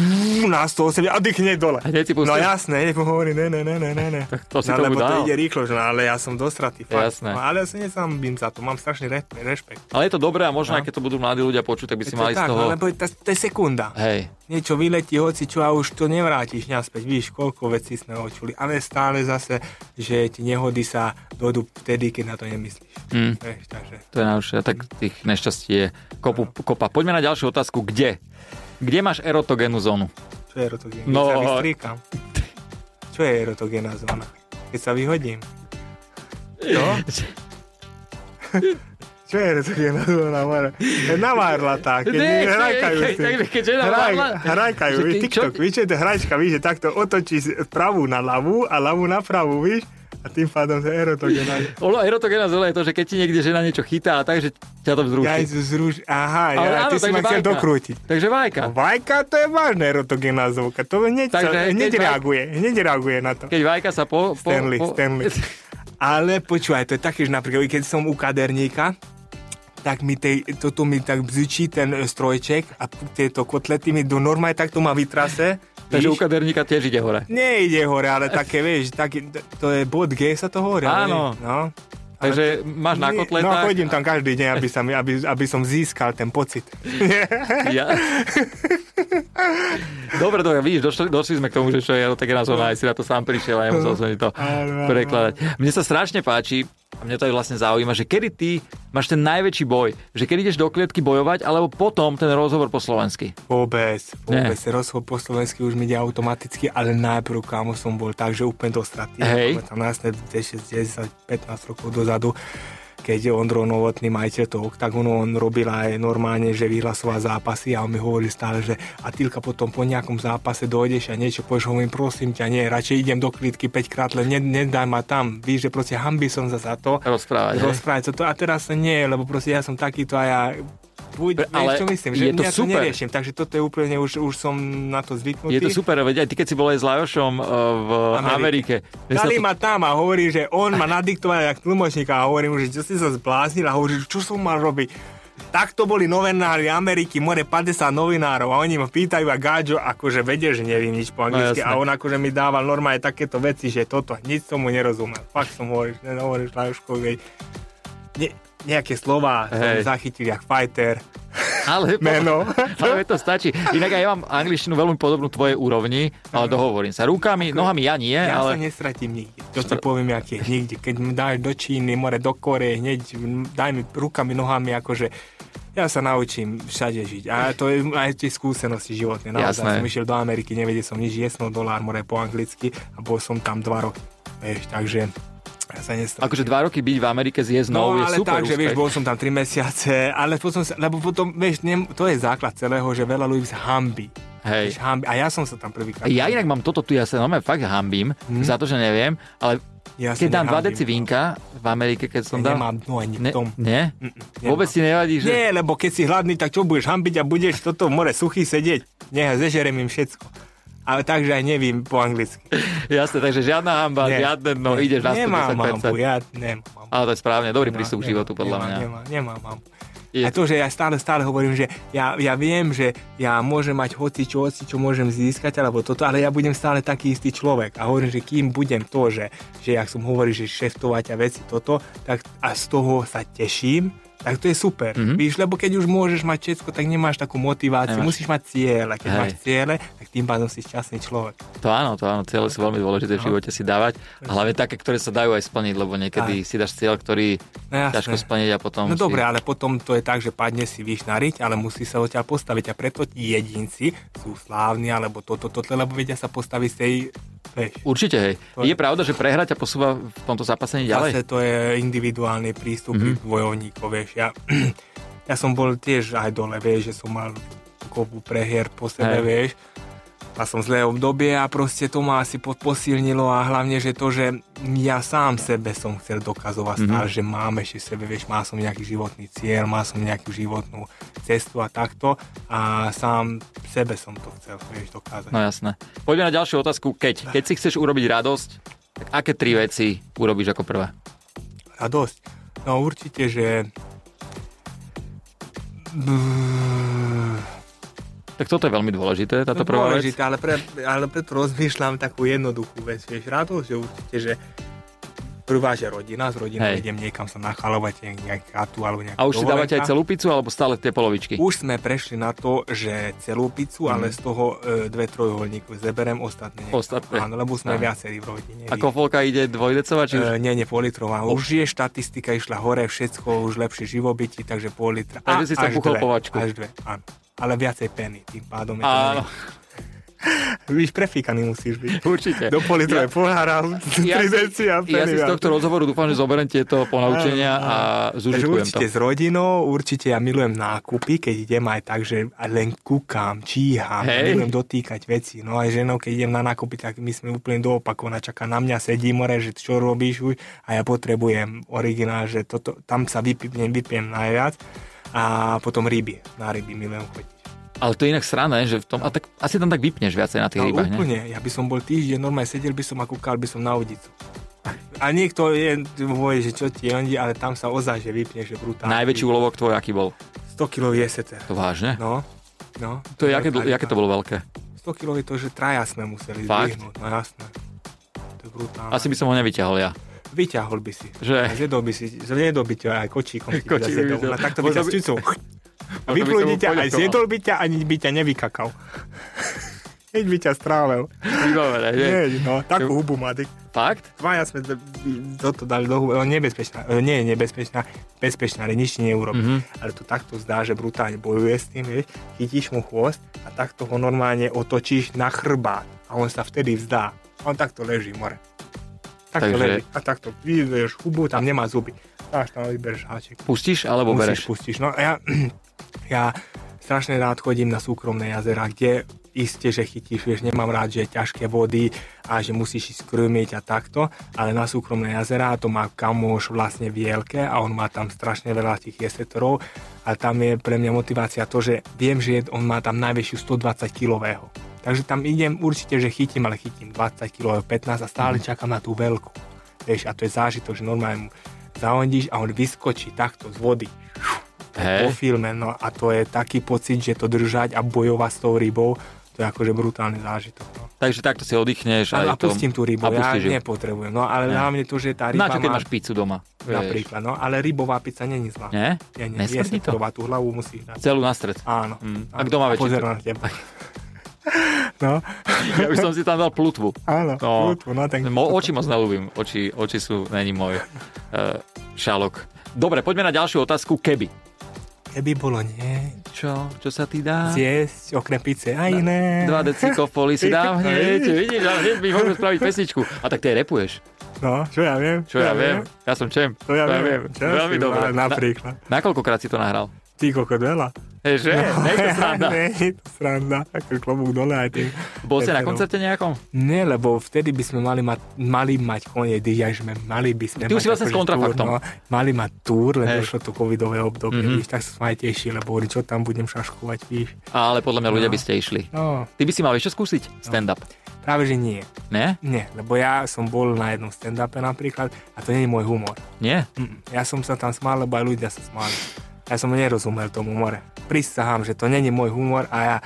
B: na 180 a dýchne dole.
A: A hneď si pustil?
B: no jasné, nech mu hovorí, ne, ne, ne, ne,
A: *laughs*
B: ne, ne.
A: to si
B: no,
A: tomu
B: lebo
A: dal.
B: to ide rýchlo, že, no, ale ja som do straty. Fakt.
A: Jasné.
B: No, ale ja sa nesambím za to, mám strašný re- rešpekt.
A: Ale je to dobré a možno, aj keď to budú mladí ľudia počuť, tak by si
B: Je to
A: mali z
B: tak,
A: toho...
B: no, lebo to, to je sekunda
A: Hej,
B: niečo vyletí, hoci čo a už to nevrátiš naspäť. Víš, koľko vecí sme očuli, ale stále zase, že ti nehody sa dojdú vtedy, keď na to nemyslíš.
A: Mm.
B: Vieš, takže.
A: to je najhoršie. Tak tých nešťastí je kopu, kopa. Poďme na ďalšiu otázku. Kde? Kde máš erotogénnu zónu?
B: Čo je erotogénna?
A: No.
B: Keď sa vystriekam. Čo je erotogénna
A: No.
B: No.
A: *laughs*
B: zóna? Keď sa vyhodím. Čo? Čo je, to je nazvou na more? E, Navárla tak, keď
A: Ne, ne,
B: ne, hrajkajú
A: ne,
B: s tým.
A: ne, ne, keďže navárla-
B: hrajkajú,
A: Že
B: víš,
A: ty čo-
B: TikTok, víš, je to hračka, víš, že takto otočí z- pravú na ľavú a ľavú na pravú, víš? A tým pádom to je erotogénne.
A: Ono erotogéna zelená je to, že keď ti niekde žena niečo chytá, takže ťa to
B: Ja
A: vzruší.
B: aj zruž... Aha,
A: Ale
B: ja,
A: áno,
B: ty si
A: takže
B: ma chcel
A: vajka.
B: dokrútiť. No.
A: Takže vajka.
B: Vajka to je vážna erotogénna zvuka, to hneď, sa-
A: Takže keď
B: hneď
A: vajka-
B: reaguje, hneď reaguje na to.
A: Keď vajka sa po... po
B: Stanley,
A: po...
B: Stanley. Ale počúvaj, to je také, že napríklad, keď som u kaderníka, tak mi tej, toto mi tak bzičí ten e, strojček a p- tieto kotlety mi do normálne takto ma vytrase.
A: *laughs* Takže u
B: Víš?
A: kaderníka tiež ide hore.
B: Nejde hore, ale také, vieš, taký, t- to je bod G, sa to hovorí.
A: Áno.
B: ale- No.
A: Takže máš na
B: Nie,
A: kotletách...
B: No chodím tam každý deň, aby som, aby, aby som získal
A: *laughs*
B: ten pocit.
A: Ja... dobre, dobre, vidíš, došli, došli sme k tomu, že čo je erotogená zóna, aj si na to sám prišiel a nemusel som ti to
B: Áno, áno.
A: prekladať. Mne sa strašne páči, a mňa to aj vlastne zaujíma, že kedy ty máš ten najväčší boj, že keď ideš do klietky bojovať, alebo potom ten rozhovor po slovensky.
B: Vôbec,
A: Nie.
B: vôbec. Rozchod po slovensky už mi ide automaticky, ale najprv kámo som bol tak, že úplne dostratý.
A: Hej.
B: Tam násne 10, 10, 15 rokov dozadu, keď je Ondro Novotný majiteľ toho oktagonu, on robil aj normálne, že vyhlasoval zápasy a on mi hovoril stále, že a Tilka potom po nejakom zápase dojdeš a niečo povieš, hovorím, prosím ťa, nie, radšej idem do klitky 5 krát, len ne, nedaj ma tam, víš, že proste hambi som sa za to,
A: Rozprávať. hej?
B: rozprávať sa to a teraz sa nie, lebo proste ja som takýto a ja buď,
A: Pre- ale
B: ale čo myslím, že
A: je to
B: ja to
A: super.
B: neriešim, takže toto je úplne, už, už som na to
A: Je
B: zvyknutý.
A: to super, veď aj ty, keď si bol aj s Lajošom eh, v Amerike.
B: Amerike.
A: mne sa
B: Dali
A: to-
B: ma tam a hovorí, že on ma nadiktoval jak tlmočníka a hovorím, že čo si sa zbláznil a hovorí, že čo som mal robiť. Takto boli novinári Ameriky, more 50 novinárov a oni ma pýtajú a Gáďo akože vedie, že neviem nič po
A: No,
B: anglicky
A: jasné.
B: a on akože mi dával normálne takéto veci, že toto, nič tomu nerozumel. Fakt som hovoril, že hovoríš Lajuškovi, ne, nejaké slova
A: Hej. No.
B: som zachytil jak fighter, No.
A: Ale, *laughs*
B: *laughs* meno.
A: ale to stačí. Inak aj ja mám angličtinu veľmi podobnú tvojej úrovni, ale dohovorím sa. Rukami, nohami ja nie,
B: Ja ale... sa
A: E, ale...
B: nestratím nikde. To ti poviem, jak je nikde. Keď mi dáš do Číny, more do Kore, hneď m, daj mi rukami, nohami, akože ja sa naučím všade žiť. A to je aj tie skúsenosti životné. Naozaj
A: Jasné.
B: som išiel do Ameriky, nevedel som nič, jesno dolár, more po anglicky a bol som tam dva roky. Vieš, takže ja sa nestratím.
A: Akože dva roky byť v Amerike s Yes No, je
B: No, ale
A: super
B: tak, že vieš,
A: úspech.
B: bol som tam 3 mesiace, ale potom, sa- lebo potom, vieš, nem, to je základ celého, že veľa ľudí sa hambí.
A: Hej.
B: Vieš, hambí. A ja som sa tam prvýkrát.
A: Ja inak mám toto tu, ja sa normálne fakt hambím za to, že neviem, ale
B: Mhm. Ja sa
A: keď dám 2
B: nehambím.
A: deci vínka v Amerike, keď som
B: Ja
A: dal...
B: Nemám dno ani v
A: Ne,
B: tom.
A: nie? Vôbec si nevadí, že... *laughs*
B: Nie, lebo keď si hladný, tak čo budeš hambiť a budeš toto more suchý sedieť. Nech zežerem im všetko. Ale takže aj nevím po anglicky.
A: Jasne, takže žiadna hamba,
B: Nie,
A: žiadne dno,
B: nie.
A: ideš na
B: Nemám mambu,
A: 110%.
B: ja nemám mambu.
A: Ale to je správne, dobrý
B: Nemám,
A: prístup k
B: nemám,
A: životu, podľa
B: nemám,
A: mňa.
B: Nemám, nemám mambu.
A: Je
B: A to, že ja stále, stále hovorím, že ja, ja viem, že ja môžem mať hoci čo, hoci čo môžem získať, alebo toto, ale ja budem stále taký istý človek. A hovorím, že kým budem to, že, že jak som hovoril, že šeftovať a veci toto, tak a z toho sa teším, tak to je super. Mm-hmm. Víš, lebo keď už môžeš mať všetko, tak nemáš takú motiváciu,
A: Mhm. Nemáš.
B: nemáš. musíš mať ciele. Keď
A: Hej.
B: Hej. máš ciele, tak tým pádom si šťastný človek.
A: To áno, to áno, cieľe sú veľmi dôležité v
B: No.
A: živote si dávať. A Hlavne také, ktoré sa dajú aj splniť, lebo niekedy si dáš cieľ, ktorý
B: No jasné.
A: ťažko splniť a potom...
B: No
A: si...
B: dobre, ale potom to je tak, že padne si víš na riť, ale musí sa odtiaľ postaviť a preto ti jedinci sú slávni alebo toto, toto, lebo vedia sa postaviť z tej, vieš,
A: Určite, hej.
B: To
A: Je
B: je-
A: pravda, že prehrať a posúva v tomto zápasení ďalej?
B: zase to je individuálny prístup mm-hmm.
A: Mhm.
B: vojovníkov, vieš, ja, *clears throat* ja som bol tiež aj dole, vieš, že som mal kopu prehier po sebe,
A: Hej.
B: vieš, a som v zlé obdobie a proste to ma asi po- posilnilo a hlavne, že to, že ja sám sebe som chcel
A: Mhm.
B: dokazovať mm-hmm. stále, že mám ešte v sebe, vieš, má som nejaký životný cieľ, má som nejakú životnú cestu a takto a sám sebe som to chcel, vieš, dokázať.
A: No jasné. Poďme na ďalšiu otázku. Keď, keď si chceš urobiť radosť, tak aké tri veci urobíš ako prvé?
B: a dosť. No určite, že...
A: Tak toto je veľmi dôležité, táto prvá
B: dôležité, ale, pre, ale preto rozmýšľam takú jednoduchú vec, vieš, radosť, že určite, že prvá, že rodina, s rodinou
A: Hej.
B: idem niekam sa nachalovať, nejak chatu alebo
A: vec.
B: nejakú
A: A už si dávate aj
B: dovolenka.
A: celú pizzu, alebo stále tie polovičky?
B: Už sme prešli na to, že celú pizzu,
A: Mhm.
B: ale z toho e, dve trojholníky zeberem ostatné. niekam.
A: Ostatné.
B: Áno, lebo sme
A: Áno.
B: viacerí v rodine.
A: A kofolka ide dvojdecová, či už...
B: E, nie, nie, pol litrová. Už je štatistika išla hore, všetko, už lepšie živobytí, takže pol litra.
A: Takže si sa
B: až
A: buchol
B: dve,
A: povačku.
B: Až dve, áno. Ale viacej peny, tým pádom je to
A: Áno.
B: menej. Víš, prefíkaný musíš byť.
A: *laughs* Určite.
B: Do pol litrové ja, pohára,
A: Ja
B: tri
A: si,
B: deci a
A: ja si z
B: peniaze.
A: tohto rozhovoru dúfam, že zoberiem tieto ponaučenia
B: Áno,
A: a
B: Takže
A: zúžitkujem to.
B: určite s rodinou, určite ja milujem nákupy, keď idem aj tak, že aj len kúkam, číham,
A: Hej.
B: milujem dotýkať veci. No aj ženou, keď idem na nákupy, tak my sme úplne do opaku, ona čaká na mňa, sedí more, že čo robíš už a ja potrebujem originál, že toto, tam sa vypnem, vypnem najviac a potom ryby, na ryby milujem chodiť.
A: Ale to je inak srané, že v tom, a tak, asi tam tak vypneš viacej na tých
B: No
A: rybách, ne?
B: úplne, ja by som bol týždeň, normálne sedel by som a kúkal by som na udicu. A niekto je, hovorí, že čo ti jondí, ale tam sa ozaj, že vypne, že brutálne.
A: Najväčší úlovok tvoj, aký bol?
B: 100 kilový jeseter.
A: To vážne?
B: No, no.
A: To je, aké, dl- aké to bolo veľké?
B: 100 kg je to, že traja sme museli
A: Fakt?
B: zdvihnúť, no jasné. To je brutálne.
A: Asi by som ho nevyťahol ja.
B: Vyťahol by si.
A: Že?
B: Zjedol by si, zjedol by ťa aj kočíkom.
A: Kočík
B: ti
A: by
B: ťa zjedol.
A: zjedol.
B: No, takto by ťa
A: Možno by-
B: sticol.
A: by som
B: A vyplúdi
A: mu
B: ťa, aj
A: poďakoval.
B: zjedol by ťa, ani by ťa nevykakal. Keď by ťa strávil.
A: *laughs* Vybavené, že?
B: Nie, no, takú hubu má, ty.
A: Fakt?
B: Dvaja sme d- toto dali do huby, nebezpečná, e, nie je nebezpečná, bezpečná, ale nič ti neurobi.
A: Mhm.
B: Ale to takto zdá, že brutálne bojuje s tým, vieš, chytíš mu chvost a takto ho normálne otočíš na chrbát a on sa vtedy vzdá. A on takto leží, more. Takto
A: Takže-
B: leží a takto vybereš hubu, tam nemá zuby. Dáš tam, vybereš háček.
A: Pustíš alebo bereš?
B: Musíš, pustíš. No a ja, *clears throat* ja strašne rád chodím na súkromné jazera, kde iste, že chytíš, vieš, nemám rád, že je ťažké vody a že musíš ísť krmiť a takto, ale na súkromné jazera to má kamoš vlastne veľké a on má tam strašne veľa tých jesetorov a tam je pre mňa motivácia to, že viem, že je- on má tam najväčšiu 120 kilového. Takže tam idem určite, že chytím, ale chytím 20 kg, 15 a stále čakám na tú veľkú. Vieš, a to je zážitok, že normálne mu zahondíš a on vyskočí takto z vody po
A: Hej.
B: filme, no a to je taký pocit, že to držať a bojovať s tou rybou, to je akože brutálny zážitok. No.
A: Takže takto si oddychneš a,
B: A,
A: je
B: a
A: to...
B: pustím tú rybu,
A: a
B: ja
A: pustíš ju.
B: nepotrebujem, no ale
A: Ne.
B: hlavne to, že tá ryba
A: Na čo, keď
B: má
A: máš pizzu doma? Vieš.
B: napríklad, no ale rybová pizza není zlá.
A: Nie?
B: Nie, nie, je
A: Nesmrdí to?
B: sektorová, tú hlavu musíš dať.
A: Celú na stred.
B: Áno.
A: Mm. A
B: áno.
A: kto má väčší
B: Pozerá na teba. *laughs* no,
A: *laughs* Ja by som si tam dal plutvu.
B: áno,
A: No.
B: no. no ten...
A: Mo, oči moc nelúbim. Oči, oči sú, není môj uh, šalok. Dobre, poďme na ďalšiu otázku. Keby.
B: Keby bolo nie,
A: Čo? Čo sa ti dá?
B: zjesť okrem pice aj iné.
A: Dva decíkov poli
B: *laughs*
A: si dám hneď,
B: Vidíš?
A: vidíš, a hneď mi môžeme spraviť pesničku. A tak ty aj repuješ,
B: No, čo ja viem.
A: čo ja, viem, ja som čem,
B: To ja viem. Čo ja
A: veľmi
B: si-
A: dobre.
B: Napríklad.
A: Na, nakoľkokrát si to nahral?
B: Ty kokot veľa.
A: Hej, *laughs* že? No. Nech to
B: *laughs*
A: sranda.
B: Nie, je to sranda. Ako klobúk dole aj tým.
A: Bol si na
B: Peperom.
A: koncerte nejakom?
B: Nie, lebo vtedy by sme mali mať, mali mať koniec, ja že sme mali by sme
A: Ty už
B: mať
A: si vlastne s
B: akože
A: kontrafaktom.
B: túr, no, mali mať túr, len
A: Hej.
B: došlo to covidové obdobie,
A: Mhm.
B: mm-hmm. víš, tak som sa aj tešil, lebo hovorím, čo tam budem šaškovať, víš.
A: Ale podľa mňa ľudia
B: No.
A: by ste išli.
B: No,
A: Ty by si mal ešte skúsiť stand-up,
B: práve že nie.
A: ne?
B: Nie, lebo ja som bol na jednom stand-upe napríklad a to nie je môj humor. *laughs*
A: Nie?
B: Mm, Ja som sa tam smál, lebo aj ľudia sa smáli. Ja som nerozumel tomu humore. Prisahám, že to není môj humor a ja,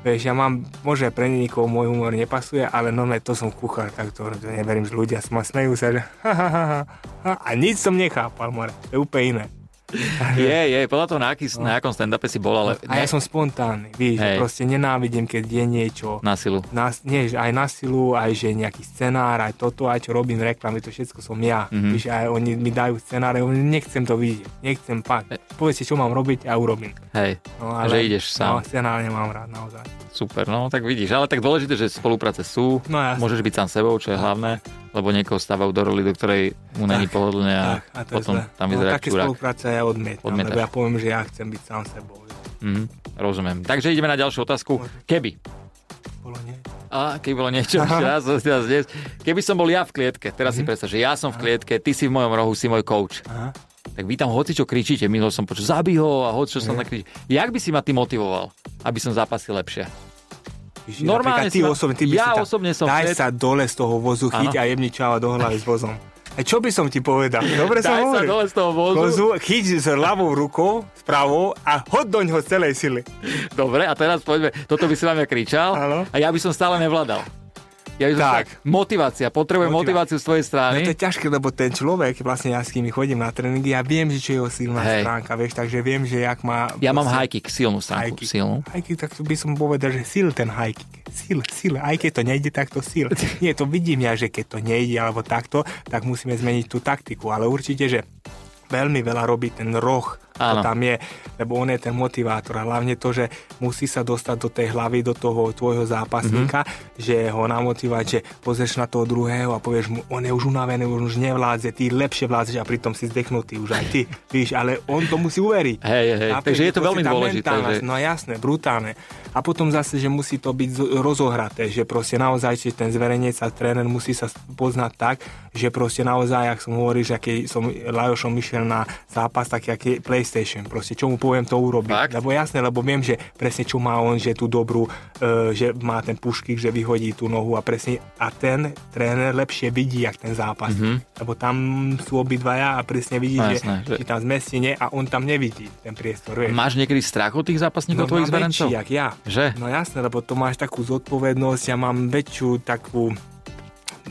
B: vieš, ja mám, môže pre niekoho môj humor nepasuje, ale normálne to som kuchár, tak to, to neverím, že ľudia sma, smejú sa, že ha, ha, ha, ha, ha, a nič som nechápal, more. To je úplne iné.
A: Je, je, podľa toho, na, aký, na akom stand-upe si bol, ale
B: No. A ja
A: ne,
B: som spontánny, víš,
A: Hej.
B: že proste nenávidím, keď je niečo,
A: na silu.
B: na, nie, že aj na silu, aj že nejaký scenár, aj toto, aj čo robím reklamy, to všetko som ja.
A: Mhm.
B: Mm-hmm. Víš, aj oni mi dajú scenár, ja hovorím, nechcem to vidieť, nechcem fakt. Povedzte, čo mám robiť a urobím.
A: Hej,
B: No,
A: E- Že ideš sám.
B: No, scenár nemám rád, naozaj.
A: super, no tak vidíš. Ale tak dôležité, že spolupráce sú,
B: No jasne.
A: môžeš byť sám sebou, čo je hlavné, lebo niekoho stávajú do roli, do ktorej mu není pohodlné a
B: Tak, a to je
A: potom
B: zle.
A: tam
B: no,
A: vyzerá
B: také
A: čurák.
B: spolupráce ja odmietam,
A: Odmietaš.
B: lebo ja poviem, že ja chcem byť sám sebou. že
A: Mhm, rozumiem. Takže ideme na ďalšiu otázku. Keby.
B: Bolo nie.
A: A keby bolo niečo ešte raz, zase raz dnes. Keby som bol ja v klietke, teraz
B: Mhm.
A: si predstav, že ja som v klietke, ty si v mojom rohu, si môj coach.
B: Aha.
A: Tak vy tam hoci čo kričíte, minul som počul, zabí ho a hoci čo som
B: Mhm.
A: tak kričí. Jak by si ma ty motivoval, aby som zápasil lepšie?
B: Víš,
A: Normálne
B: napríklad ty
A: som-
B: osobne, ty by
A: ja
B: si tam-
A: osobne som
B: Daj
A: vtedy-
B: sa dole z toho vozu, chyť
A: Áno.
B: a jemni čava do hlavy s vozom. A čo by som ti
A: *laughs*
B: povedal? Dobre som
A: Daj sa
B: hovoril.
A: dole z toho vozu.
B: Kozu, chyť s ľavou rukou, s pravou a hod do ňoho z celej sily.
A: Dobre, a teraz poďme, toto by si na mňa kričal
B: Áno.
A: a ja by som stále nevládal. Ja by som
B: Tak.
A: Stále, motivácia, potrebujem
B: Motivá-
A: motiváciu z tvojej
B: No
A: strany.
B: to je ťažké, lebo ten človek, vlastne ja s kými chodím na tréningy, ja viem, že čo je jeho silná
A: Hej.
B: stránka, vieš, takže viem, že jak má...
A: Ja mám high kick, silnú stránku,
B: Hajky.
A: silnú.
B: Hajky, tak by som povedal, že sil ten hajky. Sil, sil, aj keď to nejde, tak to
A: *laughs*
B: sil. Nie, to vidím ja, že keď to nejde alebo takto, tak musíme zmeniť tú taktiku, ale určite, že veľmi veľa robí ten roh všetko
A: Áno.
B: tam je, lebo on je ten motivátor a hlavne to, že musí sa dostať do tej hlavy, do toho tvojho zápasníka,
A: Mhm.
B: mm-hmm. že ho namotivovať, že pozrieš na toho druhého a povieš mu, on je už unavený, on už nevládze, ty lepšie vládzeš a pritom si zdechnutý už aj ty,
A: *laughs*
B: víš, ale on to musí uveriť.
A: Hej, hej,
B: Chápeš,
A: takže je
B: že
A: to
B: proste
A: veľmi
B: tá
A: dôležité,
B: mentálna-
A: že-
B: No jasné, brutálne. A potom zase, že musí to byť zo- rozohraté, že proste naozaj že ten zverejnec a tréner musí sa poznať tak, že proste naozaj, ak som hovoril, že keď som Lajošom išiel na zápas, tak jak je PlayStation, proste čo mu poviem, to urobí.
A: Fakt?
B: Lebo jasné, lebo viem, že presne čo má on, že tú dobrú, e, že má ten pušky, že vyhodí tú nohu a presne a ten tréner lepšie vidí, jak ten zápas. Mm-hmm. Lebo tam sú obidvaja a presne vidí,
A: Mhm. No
B: že,
A: jasné, že-
B: že tam zmestine a on tam nevidí ten priestor. Vieš.
A: Máš niekedy strach od tých zápasníkov No, tvojich
B: No, mám
A: zverencov?
B: Väčší, jak ja.
A: Že?
B: No jasné, lebo to máš takú zodpovednosť, ja mám väčšiu takú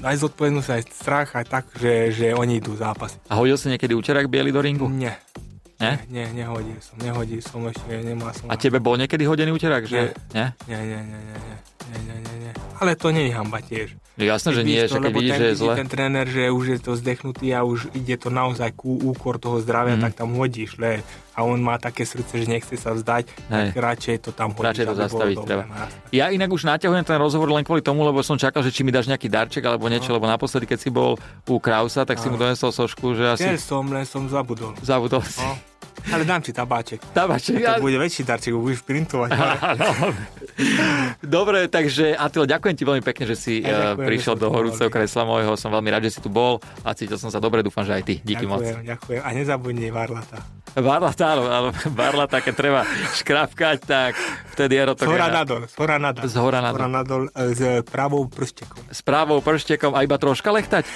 B: aj zodpovednosť, aj strach, aj tak, že, že oni idú zápasy.
A: A hodil si niekedy úterák biely do ringu?
B: Nie,
A: Ne?
B: nie, nehodil som, nehodil som ešte, nemal som.
A: Eh? A tebe bol niekedy hodený úterák? Že... Nie.
B: Nie, nie, nie, nie, nie, nie, nie, nie, nie. Ale to nie je hamba tiež.
A: No Jasné, že
B: Keď
A: nie,
B: vidíš
A: že
B: to,
A: keď
B: lebo
A: vidíš,
B: ten,
A: že je
B: vidí
A: zle.
B: Ten tréner, že už je to zdechnutý a už ide to naozaj ku úkor toho zdravia,
A: Mhm.
B: tak tam hodíš. Le, a on má také srdce, že nechce sa vzdať,
A: Hej.
B: tak radšej to tam
A: Radšej to
B: hodíš. aby bolo
A: zastaviť
B: dobre,
A: treba.
B: no jasné.
A: Ja inak už naťahujem ten rozhovor len kvôli tomu, lebo som čakal, že či mi dáš nejaký darček alebo
B: No.
A: niečo, lebo naposledy, keď si bol u Krausa, tak si mu donesol sošku, že asi
B: Chcel som, len som zabudol.
A: zabudol si
B: No. Ale dám ti tabáček.
A: tabaček.
B: To
A: Ja-
B: bude väčší darček, budeš printovať.
A: *laughs* Áno. Dobre, takže Atila, ďakujem ti veľmi pekne, že si
B: Ja
A: ja,
B: ďakujem,
A: prišiel
B: že som
A: do
B: tu
A: horúceho
B: bol.
A: kresla môjho. Som veľmi rád, že si tu bol a cítil som sa dobre. Dúfam, že aj ty. Díky moc.
B: ďakujem, ďakujem. A nezabudni varlata.
A: Varla, áno, áno, varla tá, keď treba škrafkať, tak vtedy je
B: Z
A: rotogéna.
B: hora nadol, z hora nadol.
A: Z hora
B: Z hora
A: nadol.
B: nadol e, s pravou prstekom.
A: S pravou prštekom a iba troška lechtať?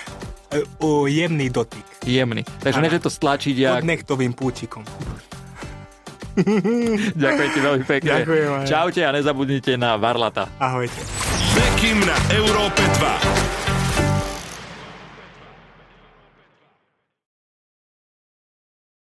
B: E, O jemný dotyk.
A: Jemný. Takže ne,
B: Áno.
A: že to stlačiť,
B: Pod
A: jak...
B: nechtovým púčikom.
A: *laughs* Ďakujem ti veľmi pekne.
B: Ďakujem aj ja.
A: Čaute a nezabudnite na Varlata.
B: Ahojte.
C: Bekim na Európe 2.